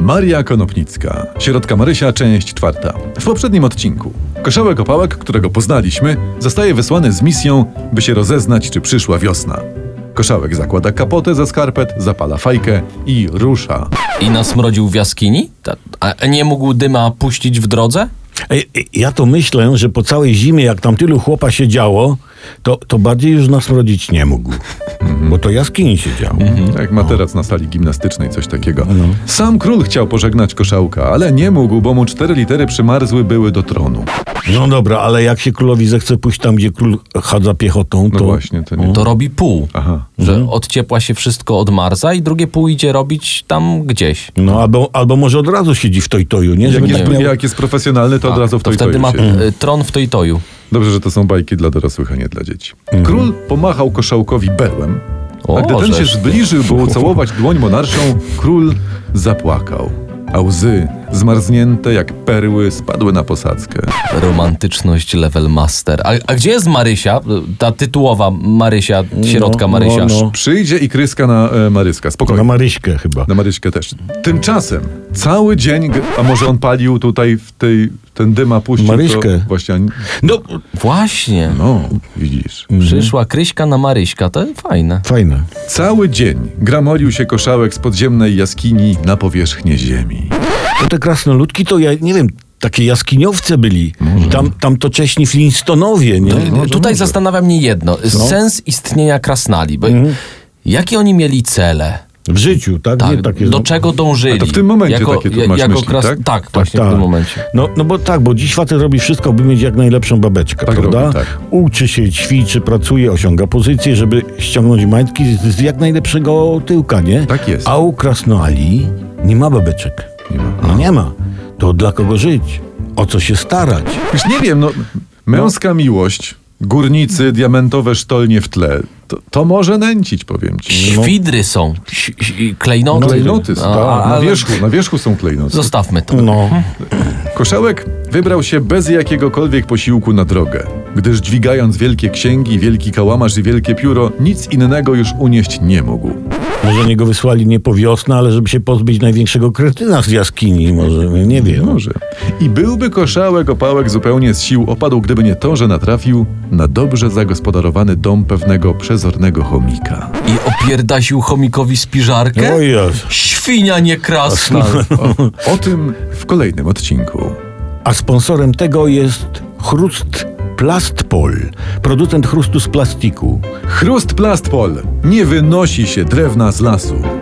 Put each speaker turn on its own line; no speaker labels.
Maria Konopnicka, środka Marysia, część czwarta. W poprzednim odcinku koszałek opałek, którego poznaliśmy, zostaje wysłany z misją, by się rozeznać, czy przyszła wiosna. Koszałek zakłada kapotę za skarpet, zapala fajkę i rusza.
I nasmrodził w jaskini? Ta- A nie mógł dyma puścić w drodze?
Ej, Ja to myślę, że po całej zimie, jak tam tylu chłopa siedziało, to, to bardziej już nas rodzić nie mógł. Bo to jaskini siedziało.
Jak ma teraz na sali gimnastycznej coś takiego.
No.
Sam król chciał pożegnać koszałka, ale nie mógł, bo mu cztery litery przymarzły były do tronu.
No dobra, ale jak się królowi zechce pójść tam, gdzie król chadza piechotą,
No
to...
właśnie, to nie.
To robi pół.
Aha.
Że od ciepła się wszystko odmarza i drugie pół idzie robić tam gdzieś.
No albo, albo może od razu siedzi w tojtoju, nie?
Jak
Żeby
jest,
tak miał...
jak jest profesjonalny, to od razu w
Tak, to
to
wtedy ma y, tron w Tojtoju.
Dobrze, że to są bajki dla dorosłych, a nie dla dzieci. Mhm. Król pomachał koszałkowi berłem, a
O,
gdy ten się
żeż ty.
zbliżył, by ucałować dłoń monarszą, król zapłakał. A łzy, zmarznięte jak perły, spadły na posadzkę.
Romantyczność level master. A, a gdzie jest Marysia? Ta tytułowa Marysia, środka
no,
Marysia.
no.
Przyjdzie i kryska na e, Maryska.
Na
Spokojnie.
Maryśkę chyba.
Na Maryśkę też. Tymczasem cały dzień, g- a może on palił tutaj w tej, ten dyma puścił.
Maryśkę.
To właśnie, a nie-
No,
Właśnie.
no, widzisz.
Przyszła Kryśka na Maryśka, to fajne.
fajne.
Cały dzień gramolił się koszałek z podziemnej jaskini na powierzchnię ziemi.
To No te krasnoludki to ja nie wiem, takie jaskiniowce byli. Tam, tam to cześni Flintstonowie, nie?
Tak, no.
Tutaj zastanawia mnie jedno. Sens istnienia krasnali. Bo Jakie oni mieli cele?
W życiu, tak?
Tak,
nie, takie,
do
no.
czego dążyli?
A to w tym momencie takie tu masz
jako
myśli,
kras...
tak?
tak, właśnie w tym momencie.
No, no bo tak, bo dziś facet robi wszystko, by mieć jak najlepszą babeczkę,
Tak
prawda?
robi, tak.
Uczy się, ćwiczy, pracuje, osiąga pozycję, żeby ściągnąć majtki z, z jak najlepszego tyłka, nie?
Tak jest.
A u krasnoali nie ma babeczek.
Nie ma.
No nie ma. To dla kogo żyć? O co się starać?
Już nie wiem, no męska miłość, górnicy, diamentowe sztolnie w tle, to, to może nęcić, powiem ci.
Świdry są, ś- ś- klejnoty.
No. Klejnoty,
A-
tak, na
ale
wierzchu, na wierzchu są klejnoty.
Zostawmy to.
No,
Koszałek wybrał się bez jakiegokolwiek posiłku na drogę, gdyż dźwigając wielkie księgi, wielki kałamarz i wielkie pióro, nic innego już unieść nie mógł.
może niego wysłali nie po wiosnę, ale żeby się pozbyć największego kretyna z jaskini, może, nie wiem.
Może. I byłby koszałek opałek zupełnie z sił opadł, gdyby nie to, że natrafił na dobrze zagospodarowany dom pewnego przezornego chomika.
I opierdasił chomikowi spiżarkę?
No
O Jezu.
Świnia niekrasna.
O tym w kolejnym odcinku.
A sponsorem tego jest Chrust Plastpol, producent chrustu z plastiku.
Chrust Plastpol nie wynosi się drewna z lasu.